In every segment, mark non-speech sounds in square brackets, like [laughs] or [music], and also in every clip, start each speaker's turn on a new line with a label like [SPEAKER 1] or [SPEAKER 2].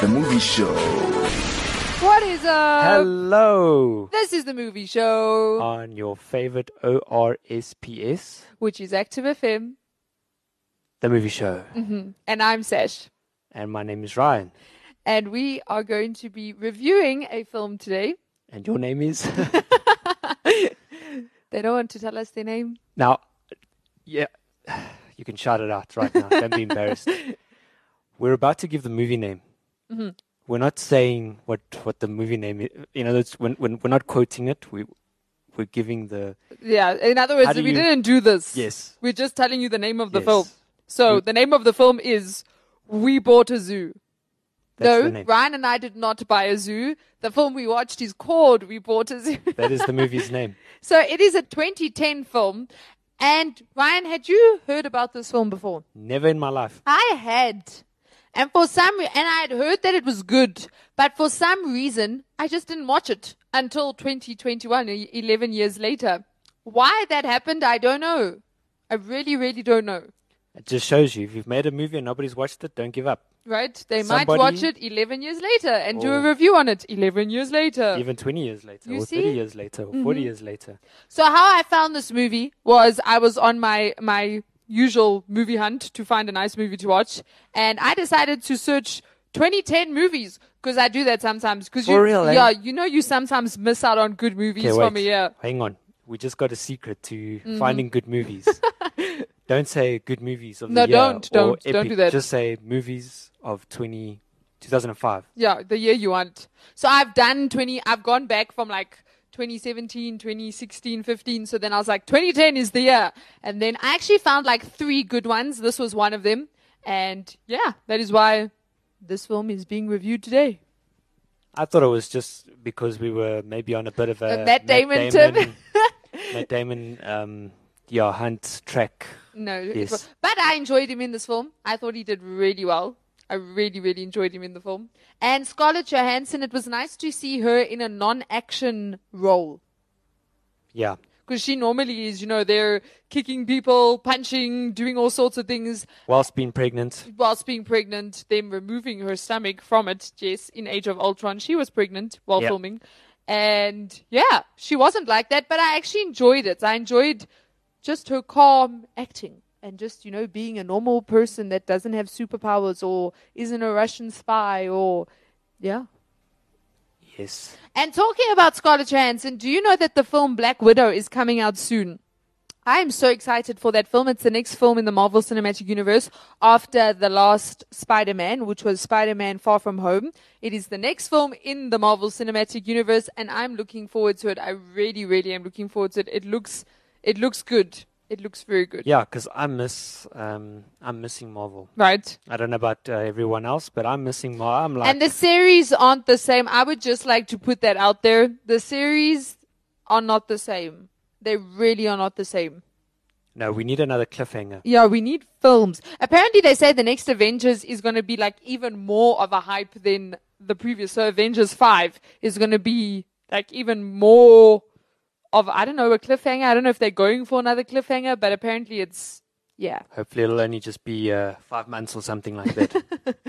[SPEAKER 1] the movie show.
[SPEAKER 2] What is up?
[SPEAKER 3] Hello
[SPEAKER 2] This is the movie show,
[SPEAKER 3] on your favorite ORSPS,
[SPEAKER 2] which is Active FM,
[SPEAKER 3] the movie show.
[SPEAKER 2] Mm-hmm. and I'm Sash.
[SPEAKER 3] And my name is Ryan.
[SPEAKER 2] And we are going to be reviewing a film today.
[SPEAKER 3] And your name is? [laughs]
[SPEAKER 2] They don't want to tell us their name.
[SPEAKER 3] now, yeah, you can shout it out right now. Don't
[SPEAKER 2] [laughs]
[SPEAKER 3] be embarrassed. We're about to give the movie name.
[SPEAKER 2] Mm-hmm.
[SPEAKER 3] We're not saying what, what the movie name is. You know, that's when, when we're not quoting it, we, we're giving the.
[SPEAKER 2] Yeah, in other words,
[SPEAKER 3] do
[SPEAKER 2] we
[SPEAKER 3] you-
[SPEAKER 2] didn't do this.
[SPEAKER 3] Yes.
[SPEAKER 2] We're just telling you the name of the
[SPEAKER 3] Yes.
[SPEAKER 2] film. So the name of the film is We Bought a Zoo.
[SPEAKER 3] That's
[SPEAKER 2] no,
[SPEAKER 3] the name.
[SPEAKER 2] Ryan and I did not buy a zoo. The film we watched is called We Bought a Zoo.
[SPEAKER 3] That is the movie's name.
[SPEAKER 2] [laughs] so it is a 2010 film. And Ryan, had you heard about this film before?
[SPEAKER 3] Never in my life.
[SPEAKER 2] I had. And for some re- and I had heard that it was good, but for some reason I just didn't watch it until 2021, e- 11 years later. Why that happened, I don't know. I really really don't know.
[SPEAKER 3] It just shows you if you've made a movie and nobody's watched it, don't give up.
[SPEAKER 2] Right? They might
[SPEAKER 3] Somebody-
[SPEAKER 2] watch it 11 years later and do a
[SPEAKER 3] Oh.
[SPEAKER 2] review on it 11 years [laughs] later.
[SPEAKER 3] Even 20 years later,
[SPEAKER 2] You
[SPEAKER 3] or 30
[SPEAKER 2] see? Mm-hmm.
[SPEAKER 3] years later, or 40 years later.
[SPEAKER 2] So how I found this movie was I was on my my usual movie hunt to find a nice movie to watch, and I decided to search 2010 movies because I do that sometimes. Because you,
[SPEAKER 3] For real, eh?
[SPEAKER 2] yeah, you know, you sometimes miss out on good movies
[SPEAKER 3] Okay,
[SPEAKER 2] from a
[SPEAKER 3] wait.
[SPEAKER 2] year.
[SPEAKER 3] Hang on. We just got a secret to
[SPEAKER 2] Mm-hmm.
[SPEAKER 3] finding good
[SPEAKER 2] [laughs]
[SPEAKER 3] movies. don't say good movies of
[SPEAKER 2] No,
[SPEAKER 3] the year.
[SPEAKER 2] don't,
[SPEAKER 3] or
[SPEAKER 2] don't, don't
[SPEAKER 3] epic.
[SPEAKER 2] do that.
[SPEAKER 3] Just say movies of 20, 2005.
[SPEAKER 2] Yeah, the year you want. So I've done 20. I've gone back from like. 2017, 2016, 15. So then I was like, 2010 is the year. And then I actually found like three good ones. This was one of them. And yeah, that is why this film is being reviewed today.
[SPEAKER 3] I thought it was just because we were maybe on a bit of a
[SPEAKER 2] The Uh, Matt Damon tip.
[SPEAKER 3] Damon,
[SPEAKER 2] [laughs]
[SPEAKER 3] Matt Damon, um, yeah, Hunt track.
[SPEAKER 2] No, it
[SPEAKER 3] Yes.
[SPEAKER 2] wa- but I enjoyed him in this film. I thought he did really well. I really, really enjoyed him in the film. And Scarlett Johansson, it was nice to see her in a non-action role
[SPEAKER 3] Yeah.
[SPEAKER 2] because she normally is, you know, they're kicking people, punching, doing all sorts of things
[SPEAKER 3] Whilst being pregnant,
[SPEAKER 2] whilst being pregnant. Them removing her stomach from it. Yes, in Age of Ultron, she was pregnant while
[SPEAKER 3] Yeah.
[SPEAKER 2] filming, and yeah, she wasn't like that. But I actually enjoyed it. I enjoyed just her calm acting and just you know being a normal person that doesn't have superpowers or isn't a Russian spy or yeah.
[SPEAKER 3] yes.
[SPEAKER 2] And talking about Scarlett Johansson, do you know that the film Black Widow is coming out soon? I am so excited for that film. It's the next film in the Marvel Cinematic Universe after the last Spider Man, which was Spider Man Far From Home. It is the next film in the Marvel Cinematic Universe, and I'm looking forward to it. I really, really am looking forward to it. It looks, it looks good. It looks very good.
[SPEAKER 3] Yeah, because I miss, um, I'm missing Marvel.
[SPEAKER 2] Right.
[SPEAKER 3] I don't know about uh, everyone else, but I'm missing Marvel. I'm like,
[SPEAKER 2] and the series aren't the same. I would just like to put that out there. The series are not the same. They really are not the same.
[SPEAKER 3] no, we need another cliffhanger.
[SPEAKER 2] Yeah, we need films. Apparently, they say the next Avengers is going to be like even more of a hype than the previous. So, Avengers 5 is going to be like even more of, I don't know, a cliffhanger. I don't know if they're going for another cliffhanger, but apparently it's, yeah.
[SPEAKER 3] Hopefully, it'll only just be uh, five months or something like that.
[SPEAKER 2] [laughs]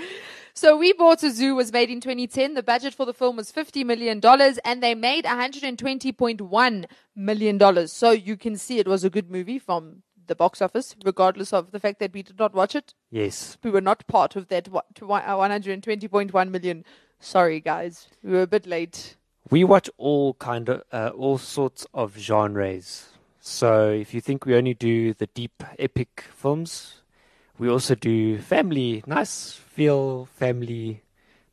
[SPEAKER 2] So, We Bought a Zoo was made in 2010. The budget for the film was $50 million, and they made $120.1 million. So, you can see it was a good movie from the box office, regardless of the fact that we did not watch it.
[SPEAKER 3] yes.
[SPEAKER 2] we were not part of that wa- to one- uh, 120.1 million. Sorry, guys, we were a bit late.
[SPEAKER 3] We watch all kind of uh, all sorts of genres. So if you think we only do the deep epic films, we also do family, nice feel family,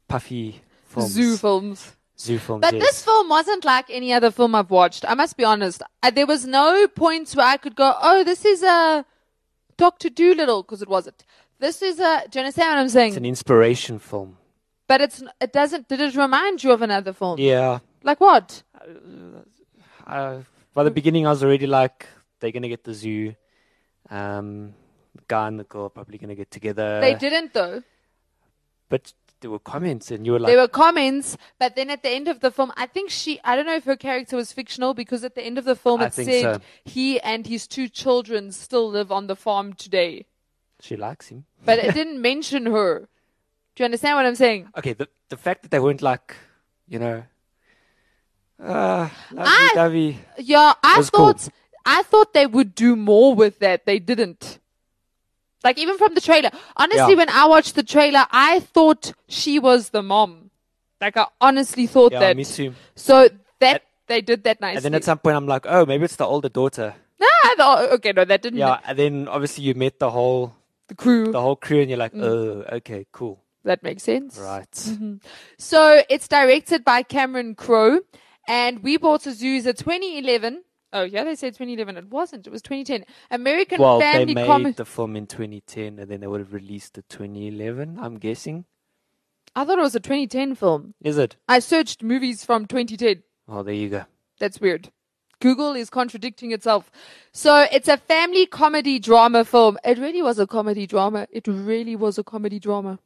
[SPEAKER 3] puffy films.
[SPEAKER 2] Zoo films.
[SPEAKER 3] Zoo films.
[SPEAKER 2] But
[SPEAKER 3] yes.
[SPEAKER 2] this film wasn't like any other film I've watched. I must be honest. Uh, there was no points where I could go, oh, this is a Doctor Doolittle, because it wasn't. This is a, do you understand what I'm saying?
[SPEAKER 3] it's an inspiration film.
[SPEAKER 2] But it's it doesn't. Did it remind you of another film?
[SPEAKER 3] e- Yeah.
[SPEAKER 2] Like what?
[SPEAKER 3] Uh, by the beginning, I was already like, they're gonna get the zoo. Um, guy and the girl are probably gonna get together.
[SPEAKER 2] they didn't though.
[SPEAKER 3] But there were comments, and you were like,
[SPEAKER 2] There were comments, but then at the end of the film, I think she, I don't know if her character was fictional because at the end of the film
[SPEAKER 3] I
[SPEAKER 2] it
[SPEAKER 3] think
[SPEAKER 2] said
[SPEAKER 3] so.
[SPEAKER 2] he and his two children still live on the farm today.
[SPEAKER 3] she likes him.
[SPEAKER 2] But
[SPEAKER 3] [laughs]
[SPEAKER 2] it didn't mention her. Do you understand what I'm saying?
[SPEAKER 3] Okay. The the fact that they weren't like, you know, uh,
[SPEAKER 2] I-
[SPEAKER 3] lovey-dovey.
[SPEAKER 2] Yeah, I
[SPEAKER 3] That's cool.
[SPEAKER 2] thought I thought they would do more with that. They didn't. Like even from the trailer. Honestly,
[SPEAKER 3] Yeah.
[SPEAKER 2] when I watched the trailer, I thought she was the mom. Like I honestly thought
[SPEAKER 3] Yeah,
[SPEAKER 2] that.
[SPEAKER 3] me too.
[SPEAKER 2] So that they did that nicely. [laughs]
[SPEAKER 3] And then at some point, I'm like, oh, maybe it's the older daughter.
[SPEAKER 2] no, I thought, okay, no, that didn't.
[SPEAKER 3] Yeah. And then obviously you met the whole
[SPEAKER 2] The crew.
[SPEAKER 3] the whole crew, and you're like,
[SPEAKER 2] Mm.
[SPEAKER 3] oh, okay, cool,
[SPEAKER 2] that makes sense.
[SPEAKER 3] right.
[SPEAKER 2] Mm-hmm. So it's directed by Cameron Crowe, and We Bought a Zoo's a 2011. Oh yeah, they said 2011. It wasn't. It was 2010. American
[SPEAKER 3] Well, they
[SPEAKER 2] family
[SPEAKER 3] made
[SPEAKER 2] comedy.
[SPEAKER 3] the film in 2010, and then they would have released it 2011. I'm guessing.
[SPEAKER 2] I thought it was a 2010 film.
[SPEAKER 3] Is it?
[SPEAKER 2] I searched movies from 2010.
[SPEAKER 3] Oh, there you go.
[SPEAKER 2] That's weird. Google is contradicting itself. So it's a family comedy drama film. It really was a comedy drama. It really was a comedy drama.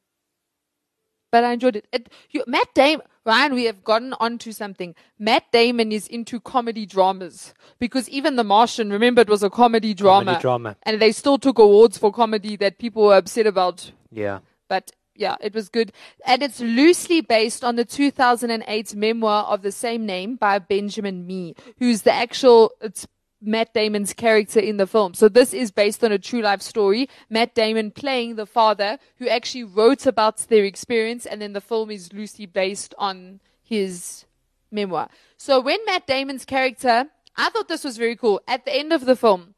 [SPEAKER 2] But I enjoyed it. it you, Matt Damon, Ryan, we have gotten onto something. Matt Damon is into comedy dramas because even The Martian, remember, it was a comedy drama.
[SPEAKER 3] Comedy drama.
[SPEAKER 2] And they still took awards for comedy that people were upset about
[SPEAKER 3] Yeah.
[SPEAKER 2] but yeah, it was good. And it's loosely based on the 2008 memoir of the same name by Benjamin Mee, who's the actual, it's Matt Damon's character in the film. So this is based on a true life story. Matt Damon playing the father who actually wrote about their experience, and then the film is loosely based on his memoir. So when Matt Damon's character, I thought this was very cool. At the end of the film,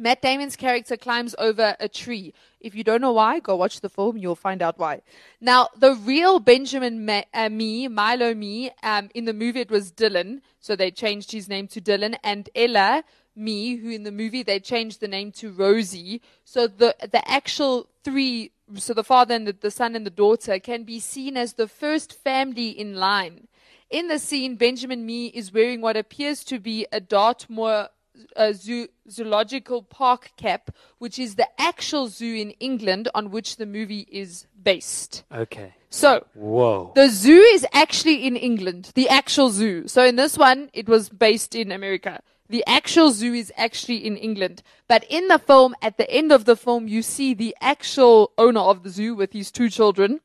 [SPEAKER 2] Matt Damon's character climbs over a tree. If you don't know why, go watch the film. You'll find out why. Now, the real Benjamin Ma- uh, Me, Milo Me, um, in the movie it was Dylan, so they changed his name to Dylan, and Ella Me, who in the movie they changed the name to Rosie. So the the actual three, so the father and the, the son and the daughter, can be seen as the first family in line. In the scene, Benjamin Mee is wearing what appears to be a Dartmoor uh, zoo, Zoological Park cap, which is the actual zoo in England on which the movie is based.
[SPEAKER 3] Okay.
[SPEAKER 2] So,
[SPEAKER 3] Whoa.
[SPEAKER 2] the zoo is actually in England, the actual zoo. So, in this one, it was based in America. The actual zoo is actually in England. But in the film, at the end of the film, you see the actual owner of the zoo with his two children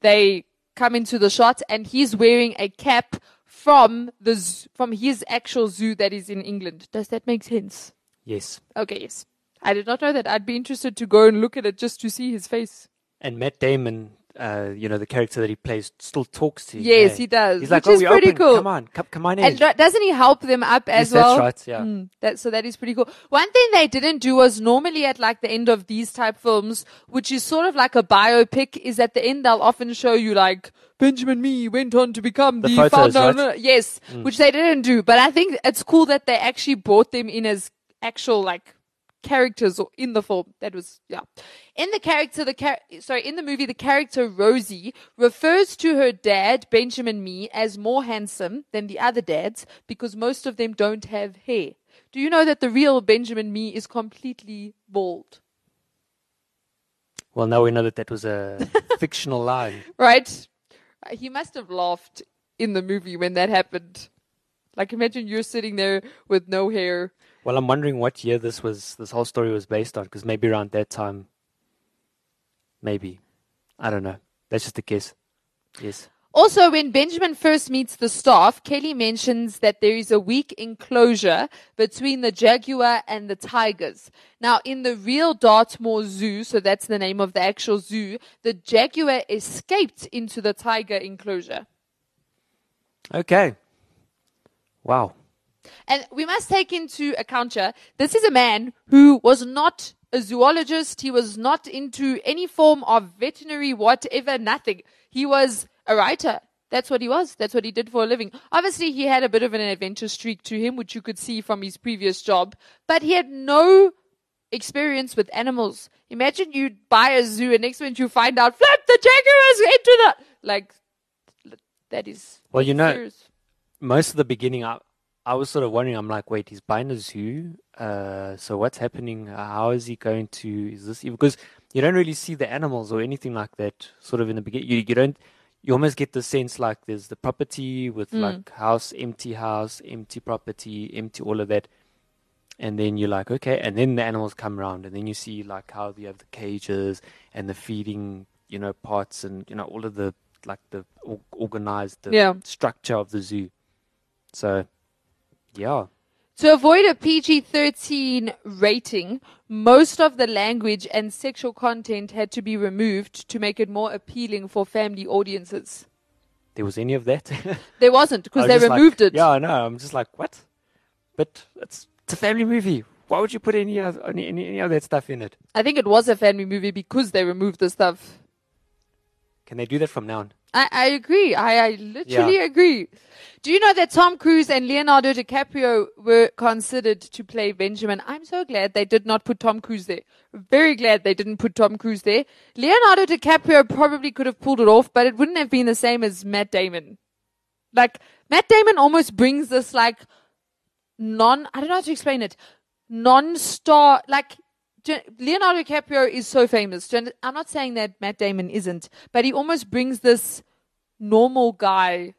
[SPEAKER 2] they come into the shot and he's wearing a cap from the z- from his actual zoo that is in England. Does that make sense?
[SPEAKER 3] yes.
[SPEAKER 2] Okay, yes. I did not know that. I'd be interested to go and look at it just to see his face.
[SPEAKER 3] And Matt Damon, uh, you know, the character that he plays, still talks to you.
[SPEAKER 2] Yes,
[SPEAKER 3] eh?
[SPEAKER 2] he does,
[SPEAKER 3] He's like,
[SPEAKER 2] which
[SPEAKER 3] oh,
[SPEAKER 2] is
[SPEAKER 3] we're
[SPEAKER 2] pretty
[SPEAKER 3] open.
[SPEAKER 2] cool.
[SPEAKER 3] Come on, come, come on in.
[SPEAKER 2] And do- doesn't he help them up as
[SPEAKER 3] Yes,
[SPEAKER 2] well? Hmm,
[SPEAKER 3] That's right. Yeah.
[SPEAKER 2] That so that is pretty cool. One thing they didn't do was normally at like the end of these type films, which is sort of like a biopic, is at the end they'll often show you like Benjamin Mee went on to become the,
[SPEAKER 3] The photos,
[SPEAKER 2] founder.
[SPEAKER 3] right? Hmm.
[SPEAKER 2] Yes, which they didn't do. But I think it's cool that they actually brought them in as actual like characters or in the film. That was yeah. In the character, the char- sorry, in the movie, the character Rosie refers to her dad Benjamin Me as more handsome than the other dads because most of them don't have hair. Do you know that the real Benjamin Me is completely bald?
[SPEAKER 3] Well, now we know that that
[SPEAKER 2] [laughs]
[SPEAKER 3] was a fictional line.
[SPEAKER 2] Right? Uh, He must have laughed in the movie when that happened. Like imagine you're sitting there with no hair.
[SPEAKER 3] Well, I'm wondering what year this was. This whole story was based on, because maybe around that time. Maybe, I don't know. That's just a guess. Yes.
[SPEAKER 2] Also, when Benjamin first meets the staff, Kelly mentions that there is a weak enclosure between the jaguar and the tigers. Now, in the real Dartmoor Zoo, so that's the name of the actual zoo, the jaguar escaped into the tiger enclosure.
[SPEAKER 3] Okay. Wow.
[SPEAKER 2] And we must take into account here, this is a man who was not a zoologist. He was not into any form of veterinary, whatever, nothing. He was a writer. That's what he was. That's what he did for a living. Obviously, he had a bit of an adventure streak to him, which you could see from his previous job, but he had no experience with animals. Imagine you buy a zoo and next minute you find out, flip the jaguars into the, like, That is
[SPEAKER 3] Well, you know,
[SPEAKER 2] serious.
[SPEAKER 3] most of the beginning, I I was sort of wondering. I'm like, wait, he's buying a zoo. Uh, so what's happening? How is he going to? Is this because you don't really see the animals or anything like that? Sort of in the beginning, you you don't. You almost get the sense like there's the property with like house, empty house, empty property, empty all of that, and then you're like, okay, and then the animals come around, and then you see like how you have the cages and the feeding, you know, parts and you know all of the like the or- organized the
[SPEAKER 2] Yeah.
[SPEAKER 3] structure of the zoo. So, yeah,
[SPEAKER 2] To avoid a PG 13 rating, most of the language and sexual content had to be removed to make it more appealing for family audiences.
[SPEAKER 3] there was any of that [laughs]
[SPEAKER 2] There wasn't
[SPEAKER 3] I
[SPEAKER 2] because
[SPEAKER 3] was
[SPEAKER 2] they
[SPEAKER 3] just like,
[SPEAKER 2] removed it.
[SPEAKER 3] Yeah, I know. I'm just like, what? But it's it's a family movie. Why would you put any of any any, any of that stuff in it?
[SPEAKER 2] I think it was a family movie because they removed the stuff.
[SPEAKER 3] Can they do that from now on?
[SPEAKER 2] I, I agree. I, I literally agree. Do you know that Tom Cruise and Leonardo DiCaprio were considered to play Benjamin? I'm so glad they did not put Tom Cruise there. Very glad they didn't put Tom Cruise there. Leonardo DiCaprio probably could have pulled it off, but it wouldn't have been the same as Matt Damon. Like, Matt Damon almost brings this, like, non, I don't know how to explain it, non star, like, Gen- Leonardo DiCaprio is so famous. Gen- I'm not saying that Matt Damon isn't, but he almost brings this normal guy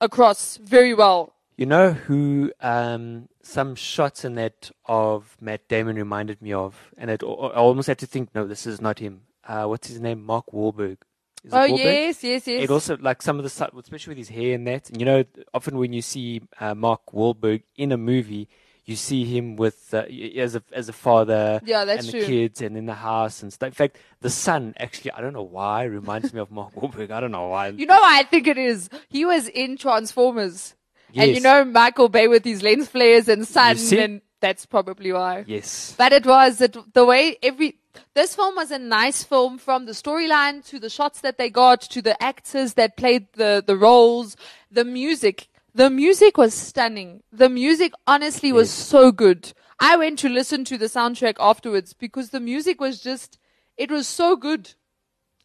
[SPEAKER 2] across very well.
[SPEAKER 3] You know who um, some shots in that of Matt Damon reminded me of, and it, I almost had to think, no, this is not him. Uh, what's his name? Mark Wahlberg. Is it
[SPEAKER 2] Oh
[SPEAKER 3] Wahlberg?
[SPEAKER 2] yes, yes, yes.
[SPEAKER 3] It also like some of the si- especially with his hair and that. And you know, often when you see uh, Mark Wahlberg in a movie, you see him with uh, y- as a as a father,
[SPEAKER 2] Yeah, that's
[SPEAKER 3] and
[SPEAKER 2] true.
[SPEAKER 3] the kids, and in the house and stuff. In fact, the son actually, I don't know why, reminds me of Mark [laughs] Wahlberg. I don't know why.
[SPEAKER 2] you know why I think it is. He was in Transformers, and you
[SPEAKER 3] Yes.
[SPEAKER 2] know Michael Bay with his lens flares and sun,
[SPEAKER 3] see?
[SPEAKER 2] and that's probably why.
[SPEAKER 3] yes,
[SPEAKER 2] But it was it, the way every. This film was a nice film from the storyline to the shots that they got to the actors that played the, the roles, the music. The music was stunning. The music honestly was so good. I went to listen to the soundtrack afterwards because the music was just, it was so good.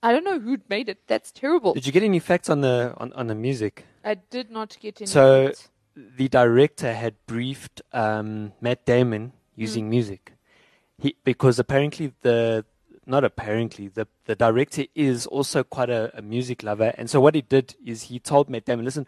[SPEAKER 2] I don't know who made it. That's terrible.
[SPEAKER 3] did you get any facts on the on, on the music?
[SPEAKER 2] I did not get any.
[SPEAKER 3] So-
[SPEAKER 2] of it.
[SPEAKER 3] the director had briefed um, Matt Damon using
[SPEAKER 2] Mm.
[SPEAKER 3] music, he, because apparently the not apparently the the director is also quite a, a music lover, and so what he did is he told Matt Damon, "Listen,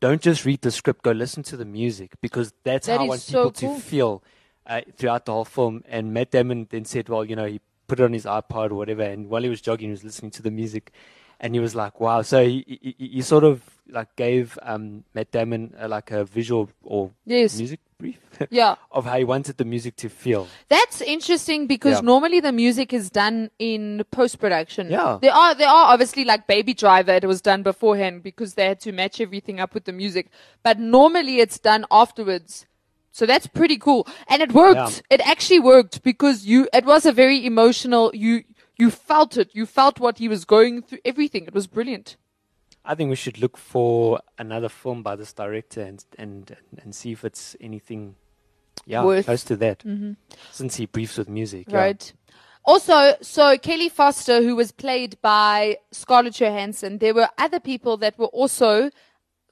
[SPEAKER 3] don't just read the script, go listen to the music because that's
[SPEAKER 2] That
[SPEAKER 3] how I
[SPEAKER 2] is
[SPEAKER 3] want
[SPEAKER 2] so
[SPEAKER 3] people
[SPEAKER 2] cool.
[SPEAKER 3] to feel uh, throughout the whole film." And Matt Damon then said, "Well, you know, he put it on his iPod or whatever, and while he was jogging, he was listening to the music." and he was like, "Wow!" So he he, he- he sort of like gave um, Matt Damon uh, like a visual or
[SPEAKER 2] Yes.
[SPEAKER 3] music brief [laughs]
[SPEAKER 2] Yeah.
[SPEAKER 3] of how he wanted the music to feel.
[SPEAKER 2] That's interesting because
[SPEAKER 3] Yeah.
[SPEAKER 2] normally the music is done in post production.
[SPEAKER 3] Yeah.
[SPEAKER 2] There are there are obviously like Baby Driver, it was done beforehand because they had to match everything up with the music. But normally it's done afterwards. So that's pretty cool. And it worked. It actually worked because you it was a very emotional you you felt it. You felt what he was going through everything. It was brilliant.
[SPEAKER 3] I think we should look for another film by this director and and and see if it's anything, yeah,
[SPEAKER 2] Worth-
[SPEAKER 3] close to that. Mm-hmm. Since he briefs with music, yeah.
[SPEAKER 2] Right. Also, so Kelly Foster, who was played by Scarlett Johansson, there were other people that were also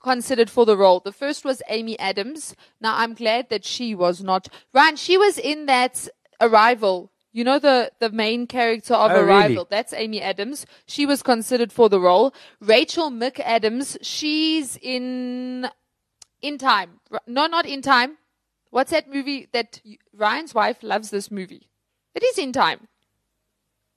[SPEAKER 2] considered for the role. The first was Amy Adams. Now, I'm glad that she was not. Ryan, she was in that Arrival. You know the the main character of
[SPEAKER 3] Oh, really?
[SPEAKER 2] Arrival. That's Amy Adams. She was considered for the role. Rachel McAdams. She's in in Time. R- No, not In Time. What's that movie that y- Ryan's wife loves this movie? It is In Time.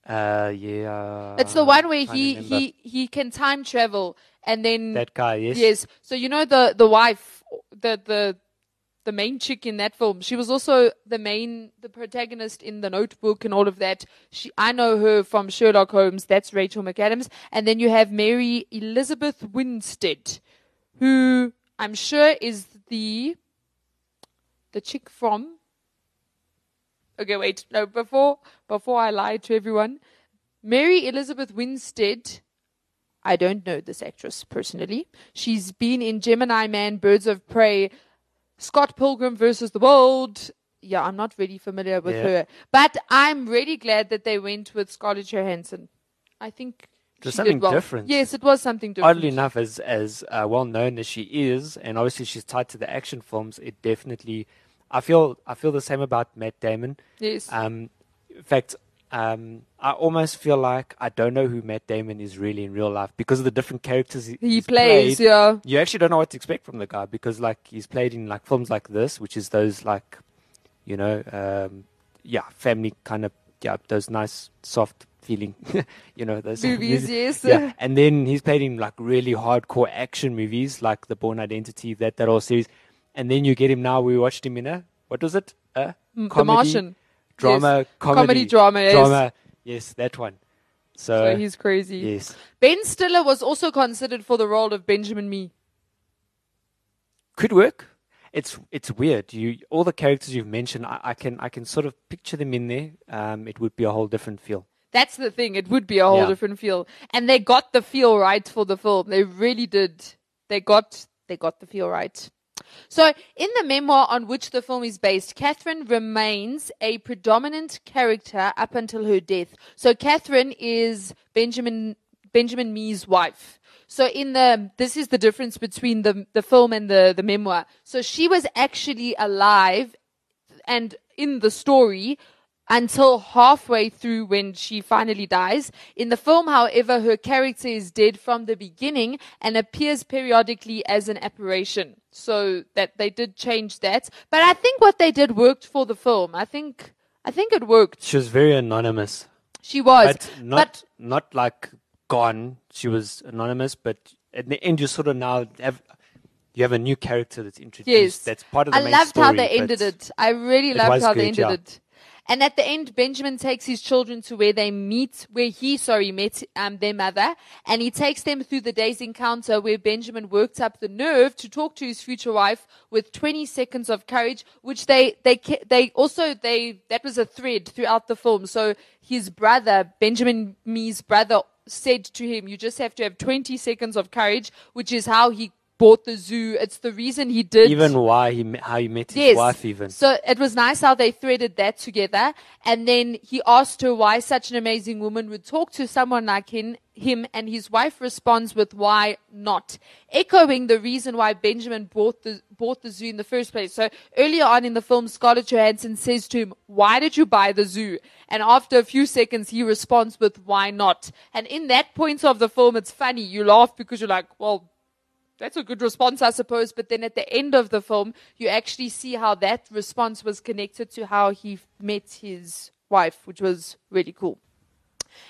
[SPEAKER 3] Uh, yeah.
[SPEAKER 2] It's the one where
[SPEAKER 3] trying to
[SPEAKER 2] he,
[SPEAKER 3] Uh, remember.
[SPEAKER 2] he he can time travel and then
[SPEAKER 3] that guy, yes,
[SPEAKER 2] yes. So you know the the wife the the the main chick in that film. She was also the main the protagonist in The Notebook and all of that. She I know her from Sherlock Holmes. That's Rachel McAdams. And then you have Mary Elizabeth Winstead who I'm sure is the the chick from Okay, wait. No, before before I lie to everyone, Mary Elizabeth Winstead. I don't know this actress personally. She's been in Gemini Man, Birds of Prey, Scott Pilgrim versus the World. Yeah, I'm not really familiar with
[SPEAKER 3] Yeah.
[SPEAKER 2] her, but I'm really glad that they went with Scarlett Johansson. I think
[SPEAKER 3] There's
[SPEAKER 2] she
[SPEAKER 3] something
[SPEAKER 2] did well.
[SPEAKER 3] different.
[SPEAKER 2] Yes, it was something different.
[SPEAKER 3] Oddly enough, as as uh, well known as she is, and obviously she's tied to the action films, it definitely. I feel I feel the same about Matt Damon.
[SPEAKER 2] Yes.
[SPEAKER 3] Um, in fact, um, I almost feel like I don't know who Matt Damon is really in real life because of the different characters he,
[SPEAKER 2] he
[SPEAKER 3] he's
[SPEAKER 2] plays,
[SPEAKER 3] played.
[SPEAKER 2] yeah.
[SPEAKER 3] You actually don't know what to expect from the guy because, like, he's played in like films like this, which is those like, you know, um, yeah, family kind of yeah, those nice soft feeling, [laughs] you know, those
[SPEAKER 2] Movies, yes.
[SPEAKER 3] yeah, and then he's played in like really hardcore action movies like The Born Identity, that that whole series, and then you get him now. We watched him in a what was it? A
[SPEAKER 2] the Martian.
[SPEAKER 3] drama,
[SPEAKER 2] Yes.
[SPEAKER 3] comedy,
[SPEAKER 2] Comedy drama, yes.
[SPEAKER 3] drama. Yes, that one. So,
[SPEAKER 2] So he's crazy.
[SPEAKER 3] yes,
[SPEAKER 2] Ben Stiller was also considered for the role of Benjamin Mee.
[SPEAKER 3] could work. It's it's weird. You all the characters you've mentioned, I, I can I can sort of picture them in there. Um, it would be a whole different feel.
[SPEAKER 2] That's the thing. It would be a whole
[SPEAKER 3] Yeah.
[SPEAKER 2] different feel. And they got the feel right for the film. They really did. They got they got the feel right. So, in the memoir on which the film is based, Catherine remains a predominant character up until her death. So, Catherine is Benjamin Benjamin Mee's wife. So, in the this is the difference between the the film and the the memoir. So, she was actually alive and in the story until halfway through when she finally dies. In the film, however, her character is dead from the beginning and appears periodically as an apparition. So that they did change that. But I think what they did worked for the film. I think I think it worked.
[SPEAKER 3] She was very anonymous.
[SPEAKER 2] She was.
[SPEAKER 3] but not not like gone. She was anonymous, but at the end, you sort of now have you have a new character that's introduced.
[SPEAKER 2] Yes,
[SPEAKER 3] that's part of the
[SPEAKER 2] I
[SPEAKER 3] main
[SPEAKER 2] loved how
[SPEAKER 3] story,
[SPEAKER 2] they
[SPEAKER 3] but
[SPEAKER 2] ended it. I really
[SPEAKER 3] it
[SPEAKER 2] loved
[SPEAKER 3] was
[SPEAKER 2] how they
[SPEAKER 3] good,
[SPEAKER 2] ended
[SPEAKER 3] yeah.
[SPEAKER 2] it. And at the end, Benjamin takes his children to where they meet, where he, sorry, met um, their mother, and he takes them through the day's encounter where Benjamin worked up the nerve to talk to his future wife with 20 seconds of courage, which they they ca- they also they that was a thread throughout the film. So his brother, Benjamin Mee's brother, said to him, "You just have to have 20 seconds of courage," which is how he bought the zoo. It's the reason he did
[SPEAKER 3] Even why he me- how he met his wife, even
[SPEAKER 2] so it was nice how they threaded that together. And then he asked her why such an amazing woman would talk to someone like him, him and his wife responds with why not, echoing the reason why Benjamin bought the bought the zoo in the first place. So earlier on in the film, Scarlett Johansson says to him, "Why did you buy the zoo?" And after a few seconds, he responds with why not. And in that point of the film, it's funny. You laugh because you're like, well that's a good response, I suppose. But then at the end of the film, you actually see how that response was connected to how he f- met his wife, which was really cool.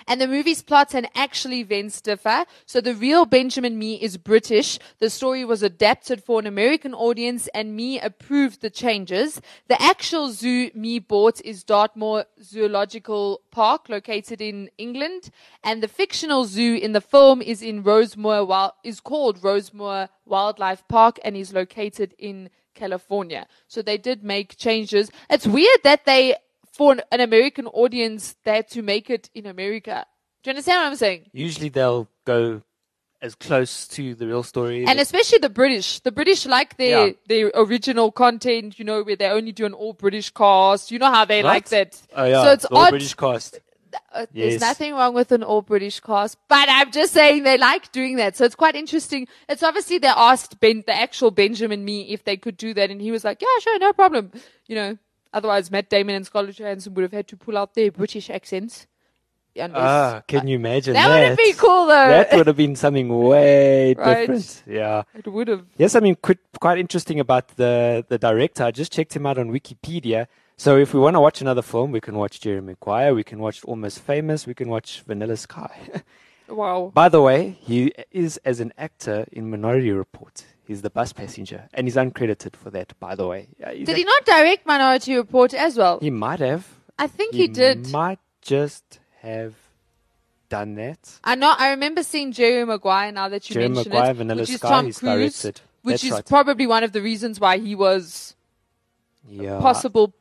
[SPEAKER 2] And the movie's plots and actual events differ. So the real Benjamin Mee is British. The story was adapted for an American audience, and Mee approved the changes. The actual zoo Mee bought is Dartmoor Zoological Park, located in England, and the fictional zoo in the film is in Rosemoor Wild is called Rosemoor Wildlife Park, and is located in California. So they did make changes. It's weird that they for an, an American audience they had to make it in America. Do you understand what I'm saying?
[SPEAKER 3] usually they'll go as close to the real story.
[SPEAKER 2] And especially the British. The British like their
[SPEAKER 3] Yeah.
[SPEAKER 2] their original content, you know, where they only do an all British cast. You know how they
[SPEAKER 3] Right?
[SPEAKER 2] like that.
[SPEAKER 3] Oh, yeah,
[SPEAKER 2] So it's
[SPEAKER 3] the all
[SPEAKER 2] odd.
[SPEAKER 3] British cast.
[SPEAKER 2] Uh, There's
[SPEAKER 3] Yes.
[SPEAKER 2] nothing wrong with an all British cast, but I'm just saying they like doing that. So it's quite interesting. It's obviously they asked Ben, the actual Benjamin Me, if they could do that, and he was like, "Yeah, sure, no problem." You know, otherwise Matt Damon and Scarlett Johansson would have had to pull out their British accents. Unless-
[SPEAKER 3] Ah, can you imagine
[SPEAKER 2] That
[SPEAKER 3] that?
[SPEAKER 2] would've been cool, though.
[SPEAKER 3] That would have been something
[SPEAKER 2] [laughs]
[SPEAKER 3] way
[SPEAKER 2] Right.
[SPEAKER 3] different. Yeah.
[SPEAKER 2] It would have.
[SPEAKER 3] Yes, I mean, quite, quite interesting about the, the director. I just checked him out on Wikipedia. So if we want to watch another film, we can watch Jerry Maguire, we can watch Almost Famous, we can watch Vanilla Sky. [laughs]
[SPEAKER 2] Wow.
[SPEAKER 3] By the way, he is as an actor in Minority Report. He's the bus passenger, and he's uncredited for that. By the way, Yeah, he's
[SPEAKER 2] Did
[SPEAKER 3] a-
[SPEAKER 2] he not direct Minority Report as well?
[SPEAKER 3] He might have.
[SPEAKER 2] I think he, did.
[SPEAKER 3] Might just have done that.
[SPEAKER 2] I know. I remember seeing Jerry Maguire. Now that you
[SPEAKER 3] Jerry
[SPEAKER 2] mention
[SPEAKER 3] Maguire,
[SPEAKER 2] it,
[SPEAKER 3] Vanilla
[SPEAKER 2] which is
[SPEAKER 3] Sky,
[SPEAKER 2] Tom
[SPEAKER 3] he's
[SPEAKER 2] Cruise,
[SPEAKER 3] directed.
[SPEAKER 2] which
[SPEAKER 3] That's
[SPEAKER 2] is
[SPEAKER 3] right.
[SPEAKER 2] probably one of the reasons why he was
[SPEAKER 3] Yeah.
[SPEAKER 2] possible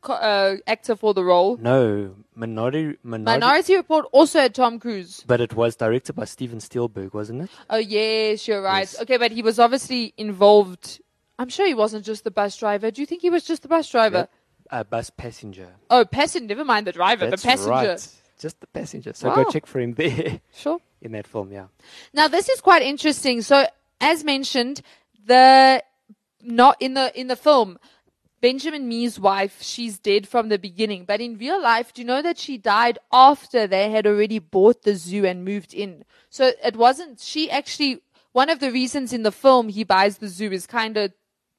[SPEAKER 2] co- uh, actor for the role.
[SPEAKER 3] No, Minority Minority.
[SPEAKER 2] Minority Report also had Tom Cruise.
[SPEAKER 3] But it was directed by Steven Spielberg, wasn't it?
[SPEAKER 2] Oh yes, you're right.
[SPEAKER 3] Yes.
[SPEAKER 2] Okay, but he was obviously involved. I'm sure he wasn't just the bus driver. Do you think he was just the bus driver?
[SPEAKER 3] A uh, bus passenger.
[SPEAKER 2] Oh, passenger. Never mind the driver.
[SPEAKER 3] That's
[SPEAKER 2] the passenger.
[SPEAKER 3] right. Just the passenger. So
[SPEAKER 2] Wow.
[SPEAKER 3] go check for him [laughs] there.
[SPEAKER 2] Sure.
[SPEAKER 3] in that film. Yeah.
[SPEAKER 2] Now this is quite interesting. So as mentioned, the not in the in the film, Benjamin Mee's wife, she's dead from the beginning. But in real life, do you know that she died after they had already bought the zoo and moved in? So it wasn't she actually one of the reasons in the film he buys the zoo is kind of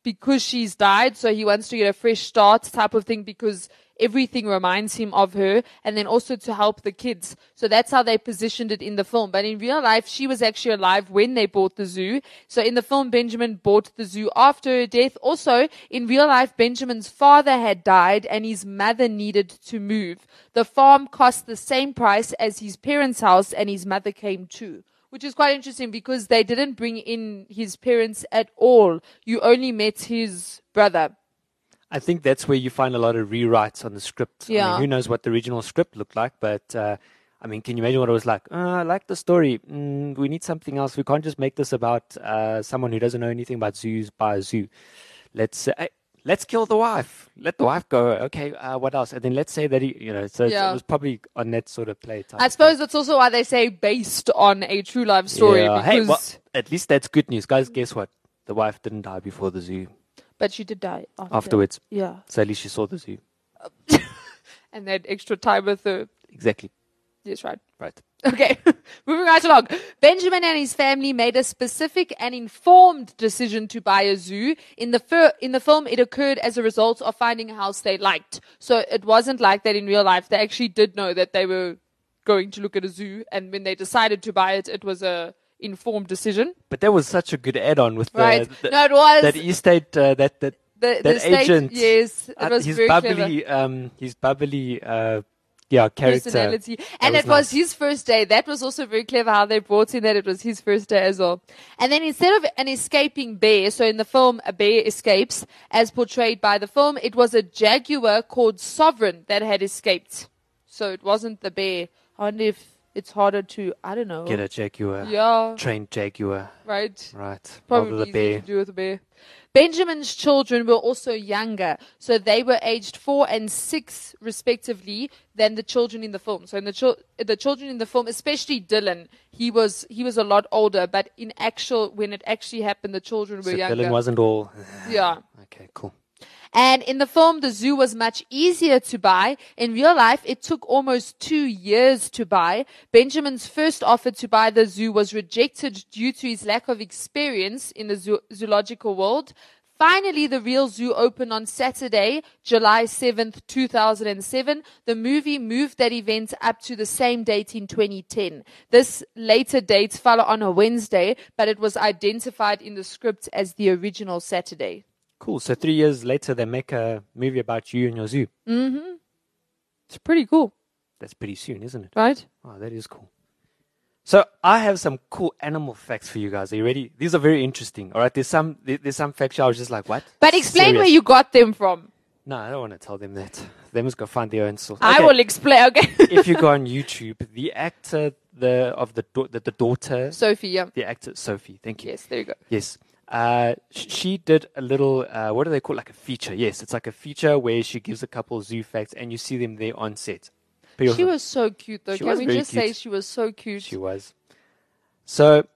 [SPEAKER 2] because she's died, so he wants to get a fresh start type of thing because everything reminds him of her and then also to help the kids. So that's how they positioned it in the film. But in real life, she was actually alive when they bought the zoo. So in the film, Benjamin bought the zoo after her death. Also, in real life, Benjamin's father had died and his mother needed to move. The farm cost the same price as his parents' house and his mother came too which is quite interesting because they didn't bring in his parents at all. You only met his brother.
[SPEAKER 3] I think that's where you find a lot of rewrites on the script. I mean,
[SPEAKER 2] Yeah.
[SPEAKER 3] who knows what the original script looked like? But uh, I mean, can you imagine what it was like? Uh, I like the story. Mm, we need something else. We can't just make this about uh, someone who doesn't know anything about zoos by a zoo. Let's say. "Hey, Let's kill the wife. Let the wife go. Okay, uh, what else? And then let's say that he, you know, so it's
[SPEAKER 2] Yeah.
[SPEAKER 3] it was probably on that sort of play type.
[SPEAKER 2] I
[SPEAKER 3] of thing.
[SPEAKER 2] suppose that's also why they say based on a true life story
[SPEAKER 3] Yeah.
[SPEAKER 2] because
[SPEAKER 3] Hey, well, at least that's good news, guys. Guess what? The wife didn't die before the zoo.
[SPEAKER 2] but she did die after.
[SPEAKER 3] Afterwards,
[SPEAKER 2] Yeah.
[SPEAKER 3] so at least she saw the zoo.
[SPEAKER 2] And they had extra time with her.
[SPEAKER 3] Exactly.
[SPEAKER 2] Yes, right.
[SPEAKER 3] Right.
[SPEAKER 2] Okay, [laughs] moving right along. Benjamin and his family made a specific and informed decision to buy a zoo. In the fir- in the film, it occurred as a result of finding a house they liked. So it wasn't like that in real life. They actually did know that they were going to look at a zoo, and when they decided to buy it, it was a informed decision.
[SPEAKER 3] But that was such a good add-on with the,
[SPEAKER 2] Right.
[SPEAKER 3] the-
[SPEAKER 2] No, it was.
[SPEAKER 3] that estate uh, that that
[SPEAKER 2] The,
[SPEAKER 3] that
[SPEAKER 2] the state-
[SPEAKER 3] agent.
[SPEAKER 2] yes, it
[SPEAKER 3] uh,
[SPEAKER 2] was
[SPEAKER 3] his
[SPEAKER 2] very clever.
[SPEAKER 3] bubbly, um, his bubbly, uh, yeah, character.
[SPEAKER 2] personality.
[SPEAKER 3] That
[SPEAKER 2] eh, And
[SPEAKER 3] was
[SPEAKER 2] it was
[SPEAKER 3] nice.
[SPEAKER 2] his first day. That was also very clever how they brought in that it was his first day as well. And then instead of an escaping bear, so in the film a bear escapes, as portrayed by the film, it was a jaguar called Sovereign that had escaped. So it wasn't the bear. I wonder if it's harder to I don't know.
[SPEAKER 3] get a jaguar,
[SPEAKER 2] Yeah.
[SPEAKER 3] trained jaguar,
[SPEAKER 2] Right.
[SPEAKER 3] right?
[SPEAKER 2] Probably
[SPEAKER 3] rather the
[SPEAKER 2] easier
[SPEAKER 3] bear.
[SPEAKER 2] to do with a bear. Benjamin's children were also younger, so they were aged four and six respectively than the children in the film. So in the chil- the children in the film, especially Dylan, he was he was a lot older, but in actual when it actually happened, the children were
[SPEAKER 3] So
[SPEAKER 2] younger.
[SPEAKER 3] Dylan wasn't all.
[SPEAKER 2] yeah.
[SPEAKER 3] Okay, cool.
[SPEAKER 2] And in the film, the zoo was much easier to buy. In real life, it took almost two years to buy. Benjamin's first offer to buy the zoo was rejected due to his lack of experience in the zoo- zoological world. Finally, the real zoo opened on Saturday, July 7th, 2007. The movie moved that event up to the same date in 2010. This later date fell on a Wednesday, but it was identified in the script as the original Saturday.
[SPEAKER 3] Cool. So three years later, they make a movie about you and your zoo.
[SPEAKER 2] It's pretty cool.
[SPEAKER 3] That's pretty soon, isn't it?
[SPEAKER 2] right?
[SPEAKER 3] Oh, that is cool. So I have some cool animal facts for you guys. Are you ready? These are very interesting. All right, there's some there- there's some facts. here I was just like, what?
[SPEAKER 2] But explain
[SPEAKER 3] Serious?
[SPEAKER 2] where you got them from.
[SPEAKER 3] No, I don't want to tell them that. They must go find their own source.
[SPEAKER 2] I
[SPEAKER 3] Okay,
[SPEAKER 2] will explain. Okay.
[SPEAKER 3] if you go on YouTube, the actor the of the da- the, the
[SPEAKER 2] [laughs]
[SPEAKER 3] daughter,
[SPEAKER 2] Sophie, yeah.
[SPEAKER 3] the actor Sophie. Thank you.
[SPEAKER 2] Yes, there you go.
[SPEAKER 3] Yes. Uh, sh- she did a little, uh, what do they call it? Like a feature. Yes, it's like a feature where she gives a couple zoo facts and you see them there on set. Pretty
[SPEAKER 2] She
[SPEAKER 3] awesome.
[SPEAKER 2] was so cute, though.
[SPEAKER 3] She
[SPEAKER 2] Can
[SPEAKER 3] was
[SPEAKER 2] we
[SPEAKER 3] very
[SPEAKER 2] just
[SPEAKER 3] cute.
[SPEAKER 2] say she was so cute?
[SPEAKER 3] She was. So,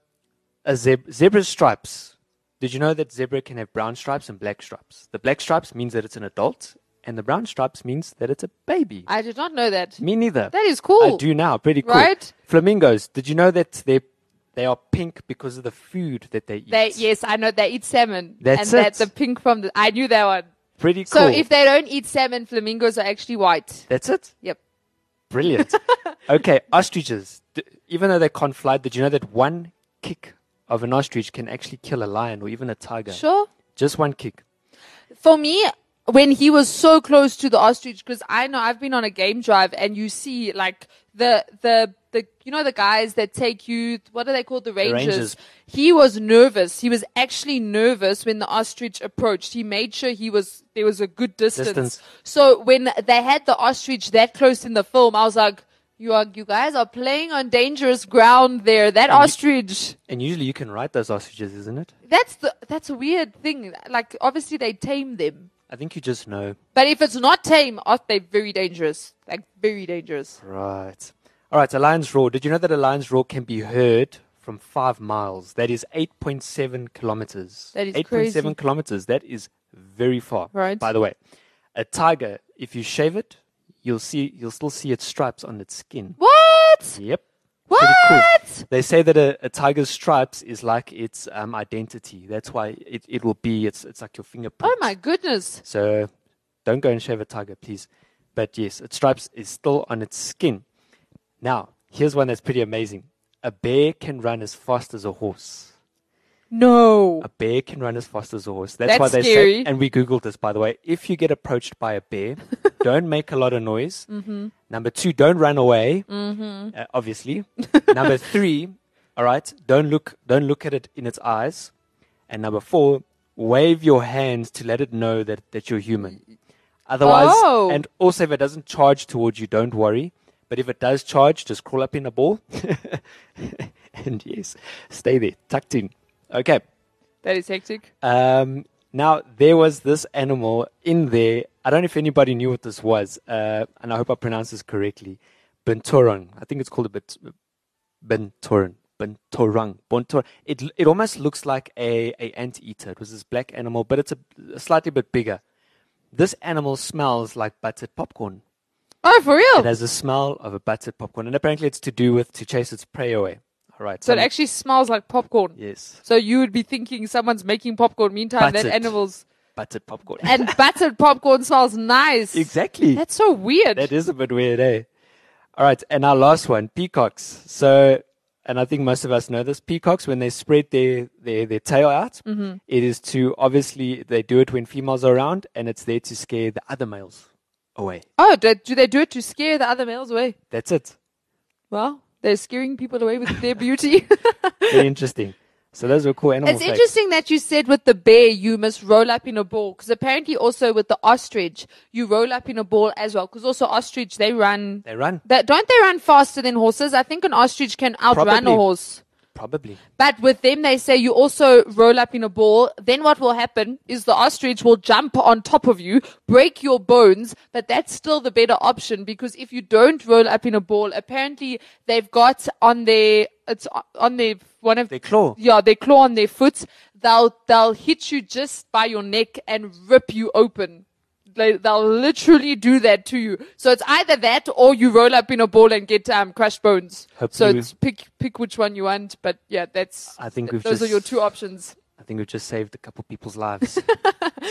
[SPEAKER 3] a zeb- zebra stripes. Did you know that zebra can have brown stripes and black stripes? The black stripes means that it's an adult, and the brown stripes means that it's a baby.
[SPEAKER 2] I did not know that.
[SPEAKER 3] Me neither.
[SPEAKER 2] That is cool.
[SPEAKER 3] I do now. Pretty cool.
[SPEAKER 2] Right?
[SPEAKER 3] Flamingos. Did you know that they they are pink because of the food that they eat?
[SPEAKER 2] They, yes, I know they eat salmon.
[SPEAKER 3] That's
[SPEAKER 2] and that
[SPEAKER 3] it.
[SPEAKER 2] the pink from the. I knew that one.
[SPEAKER 3] Pretty
[SPEAKER 2] So
[SPEAKER 3] cool.
[SPEAKER 2] if they don't eat salmon, flamingos are actually white.
[SPEAKER 3] That's it.
[SPEAKER 2] Yep. [laughs]
[SPEAKER 3] Brilliant. okay, ostriches. D- even though they can't fly, did you know that one kick of an ostrich can actually kill a lion or even a tiger?
[SPEAKER 2] Sure.
[SPEAKER 3] Just one kick.
[SPEAKER 2] For me, when he was so close to the ostrich, because I know I've been on a game drive and you see like the the the you know the guys that take you what are they called the rangers.
[SPEAKER 3] rangers.
[SPEAKER 2] He was nervous. He was actually nervous when the ostrich approached. He made sure he was there was a good distance.
[SPEAKER 3] Distance.
[SPEAKER 2] So when they had the ostrich that close in the film, I was like, "You are you guys are playing on dangerous ground there." That ostrich.
[SPEAKER 3] And usually you can ride those ostriches, isn't it?
[SPEAKER 2] That's the that's a weird thing. Like obviously they tame them.
[SPEAKER 3] I think you just know.
[SPEAKER 2] But if it's not tame, are they very dangerous? Like very dangerous.
[SPEAKER 3] Right. All right, Alliance Roar. Did you know that Alliance Roar can be heard from five miles? That is 8.7 kilometers.
[SPEAKER 2] That is
[SPEAKER 3] 8.7
[SPEAKER 2] crazy.
[SPEAKER 3] kilometers. That is very far.
[SPEAKER 2] Right.
[SPEAKER 3] By the way, a tiger, if you shave it, you'll see you'll still see its stripes on its skin.
[SPEAKER 2] What?
[SPEAKER 3] Yep. Pretty cool.
[SPEAKER 2] What?
[SPEAKER 3] They say that a, a tiger's stripes is like its um, identity. That's why it, it will be. It's it's like your fingerprint.
[SPEAKER 2] Oh my goodness.
[SPEAKER 3] So don't go and shave a tiger, please. But yes, its stripes is still on its skin. Now, here's one that's pretty amazing. A bear can run as fast as a horse.
[SPEAKER 2] No.
[SPEAKER 3] A bear can run as fast as a horse. That's,
[SPEAKER 2] That's
[SPEAKER 3] why they
[SPEAKER 2] scary.
[SPEAKER 3] say, and we Googled this, by the way. If you get approached by a
[SPEAKER 2] [laughs]
[SPEAKER 3] bear, don't make a lot of noise. Mm-hmm. Number two, don't run away, mm-hmm.
[SPEAKER 2] [laughs]
[SPEAKER 3] obviously. number three, all right, don't look, don't look at it in its eyes. And number four, wave your hands to let it know that, that you're human. Otherwise,
[SPEAKER 2] Oh.
[SPEAKER 3] and also if it doesn't charge towards you, don't worry. But if it does charge, just crawl up in a ball. [laughs] and yes, stay there, tucked in. Okay.
[SPEAKER 2] That is hectic.
[SPEAKER 3] Um, now there was this animal in there. I don't know if anybody knew what this was, uh, and I hope I pronounced this correctly. Bentorong. I think it's called a bit bentorong. Bentorong. Bentor. It it almost looks like a a anteater. It was this black animal, but it's a, a slightly bit bigger. This animal smells like buttered popcorn.
[SPEAKER 2] Oh, for
[SPEAKER 3] It
[SPEAKER 2] real?
[SPEAKER 3] has the smell of a buttered popcorn, and apparently it's to do with to chase its prey away. All right.
[SPEAKER 2] So it
[SPEAKER 3] some-
[SPEAKER 2] actually smells like popcorn.
[SPEAKER 3] yes,
[SPEAKER 2] So you would be thinking someone's making popcorn. Meantime, that
[SPEAKER 3] Buttered. [laughs]
[SPEAKER 2] animal's
[SPEAKER 3] buttered popcorn.
[SPEAKER 2] and buttered popcorn smells nice.
[SPEAKER 3] [laughs] exactly.
[SPEAKER 2] That's so weird.
[SPEAKER 3] That is a bit weird, eh? All right, and our last one, peacocks. So, and I think most of us know this. Peacocks, when they spread their their, their tail out,
[SPEAKER 2] Mm-hmm.
[SPEAKER 3] it is to obviously they do it when females are around, and it's there to scare the other males away.
[SPEAKER 2] oh, do, do they do it to scare the other males away?
[SPEAKER 3] That's it.
[SPEAKER 2] Well, they're scaring people away with their
[SPEAKER 3] [laughs]
[SPEAKER 2] beauty.
[SPEAKER 3] Very interesting. So those were cool animals.
[SPEAKER 2] It's interesting that you said with the bear you must roll up in a ball because apparently also with the ostrich you roll up in a ball as well because also ostrich they run
[SPEAKER 3] They run
[SPEAKER 2] that don't they run faster than horses? I think an ostrich can outrun
[SPEAKER 3] Probably.
[SPEAKER 2] a horse.
[SPEAKER 3] probably.
[SPEAKER 2] But with them they say you also roll up in a ball. Then what will happen is the ostrich will jump on top of you, break your bones, but that's still the better option because if you don't roll up in a ball, apparently they've got on their it's on their one of
[SPEAKER 3] They claw.
[SPEAKER 2] yeah, they claw on their foot. They'll they'll hit you just by your neck and rip you open. They, they'll literally do that to you. So it's either that or you roll up in a ball and get um, crushed bones. so
[SPEAKER 3] Hopefully we-
[SPEAKER 2] it's pick pick which one you want. But yeah, that's
[SPEAKER 3] I think
[SPEAKER 2] th-
[SPEAKER 3] we've
[SPEAKER 2] those are your
[SPEAKER 3] just-
[SPEAKER 2] two options.
[SPEAKER 3] I think we've just saved a couple people's
[SPEAKER 2] [laughs]
[SPEAKER 3] lives.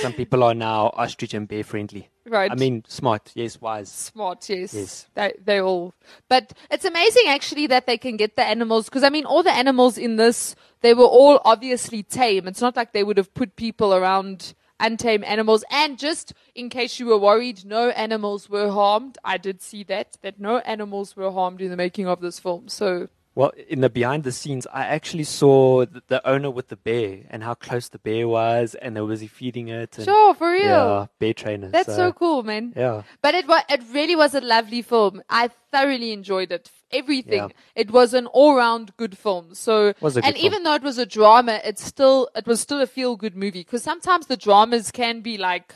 [SPEAKER 3] Some people are now ostrich and bear friendly.
[SPEAKER 2] Right.
[SPEAKER 3] I mean, smart. Yes, wise.
[SPEAKER 2] smart yes,
[SPEAKER 3] Yes.
[SPEAKER 2] They, they all but it's amazing actually that they can get the animals because i mean all the animals in this they were all obviously tame it's not like they would have put people around untamed animals and just in case you were worried no animals were harmed i did see that that no animals were harmed in the making of this film so
[SPEAKER 3] Well, in the behind the scenes, I actually saw th- the owner with the bear and how close the bear was, and they was he feeding it. And,
[SPEAKER 2] sure for real
[SPEAKER 3] Yeah, bear trainer.
[SPEAKER 2] that's so cool man
[SPEAKER 3] Yeah,
[SPEAKER 2] But it was, it really was a lovely film. I thoroughly enjoyed it. Everything.
[SPEAKER 3] Yeah.
[SPEAKER 2] It was an all-round good film. So
[SPEAKER 3] Was a good
[SPEAKER 2] and
[SPEAKER 3] film.
[SPEAKER 2] even though it was a drama, it's still it was still a feel-good movie because sometimes the dramas can be like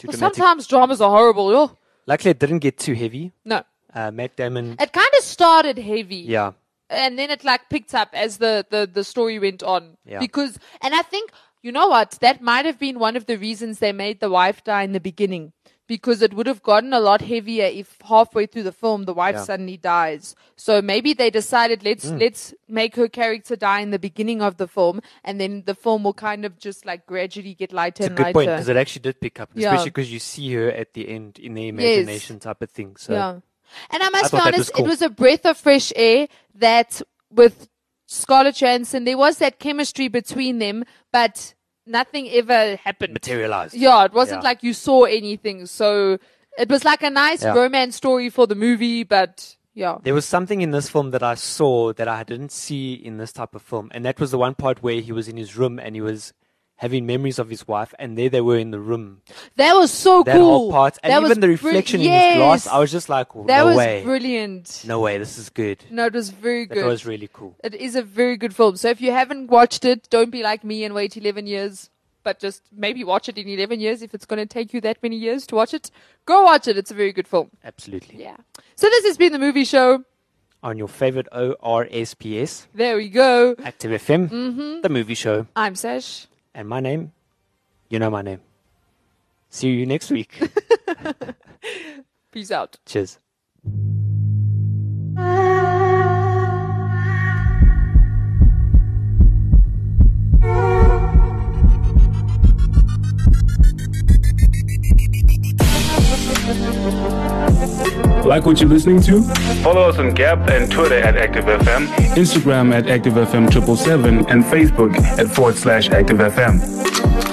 [SPEAKER 3] too
[SPEAKER 2] well,
[SPEAKER 3] dramatic.
[SPEAKER 2] sometimes dramas are horrible. Oh,
[SPEAKER 3] Luckily, it didn't get too heavy.
[SPEAKER 2] no.
[SPEAKER 3] Uh, Matt Damon.
[SPEAKER 2] It kind of started heavy.
[SPEAKER 3] yeah,
[SPEAKER 2] and then it like picked up as the the, the story went on
[SPEAKER 3] Yeah.
[SPEAKER 2] because and i think you know what that might have been one of the reasons they made the wife die in the beginning because it would have gotten a lot heavier if halfway through the film the wife
[SPEAKER 3] Yeah. Mm.
[SPEAKER 2] suddenly dies so maybe they decided let's let's make her character die in the beginning of the film and then the film will kind of just like gradually get lighter
[SPEAKER 3] it's a
[SPEAKER 2] and
[SPEAKER 3] good point
[SPEAKER 2] lighter
[SPEAKER 3] because it actually did pick up,
[SPEAKER 2] Yeah.
[SPEAKER 3] especially because you see her at the end in the imagination type of thing. So
[SPEAKER 2] Yeah. And I must be
[SPEAKER 3] thought that
[SPEAKER 2] honest,
[SPEAKER 3] was cool.
[SPEAKER 2] it was a breath of fresh air that with Scarlett Johansson, there was that chemistry between them, but nothing ever happened.
[SPEAKER 3] materialized.
[SPEAKER 2] Yeah, it wasn't
[SPEAKER 3] Yeah.
[SPEAKER 2] like you saw anything. So it was like a nice
[SPEAKER 3] Yeah.
[SPEAKER 2] romance story for the movie, but yeah.
[SPEAKER 3] There was something in this film that I saw that I didn't see in this type of film, and that was the one part where he was in his room and he was having memories of his wife, and there they were in the room
[SPEAKER 2] That was so
[SPEAKER 3] that
[SPEAKER 2] cool.
[SPEAKER 3] whole part, and
[SPEAKER 2] That was
[SPEAKER 3] even the
[SPEAKER 2] bri-
[SPEAKER 3] reflection in
[SPEAKER 2] yes.
[SPEAKER 3] his glass, I was just like, "Well,
[SPEAKER 2] That
[SPEAKER 3] no
[SPEAKER 2] was
[SPEAKER 3] way,
[SPEAKER 2] brilliant. No.
[SPEAKER 3] no way, this is good.
[SPEAKER 2] it was very
[SPEAKER 3] That
[SPEAKER 2] good.
[SPEAKER 3] was really cool.
[SPEAKER 2] It is a very good film. So if you haven't watched it, don't be like me and wait 11 years. But just maybe watch it in 11 years if it's going to take you that many years to watch it. Go watch it. It's a very good film.
[SPEAKER 3] Absolutely.
[SPEAKER 2] Yeah. So this has been the movie show.
[SPEAKER 3] on your favorite ORSPS,
[SPEAKER 2] There we go.
[SPEAKER 3] Active FM,
[SPEAKER 2] Mm-hmm.
[SPEAKER 3] the movie show.
[SPEAKER 2] I'm Sash.
[SPEAKER 3] And my name, you know my name. See you next
[SPEAKER 2] [laughs]
[SPEAKER 3] week.
[SPEAKER 2] Peace out.
[SPEAKER 3] Cheers.
[SPEAKER 4] Like what you're listening to?
[SPEAKER 5] Follow us on Gap and Twitter at Active FM.
[SPEAKER 4] Instagram at ActiveFM777 and Facebook
[SPEAKER 5] at forward slash Active FM.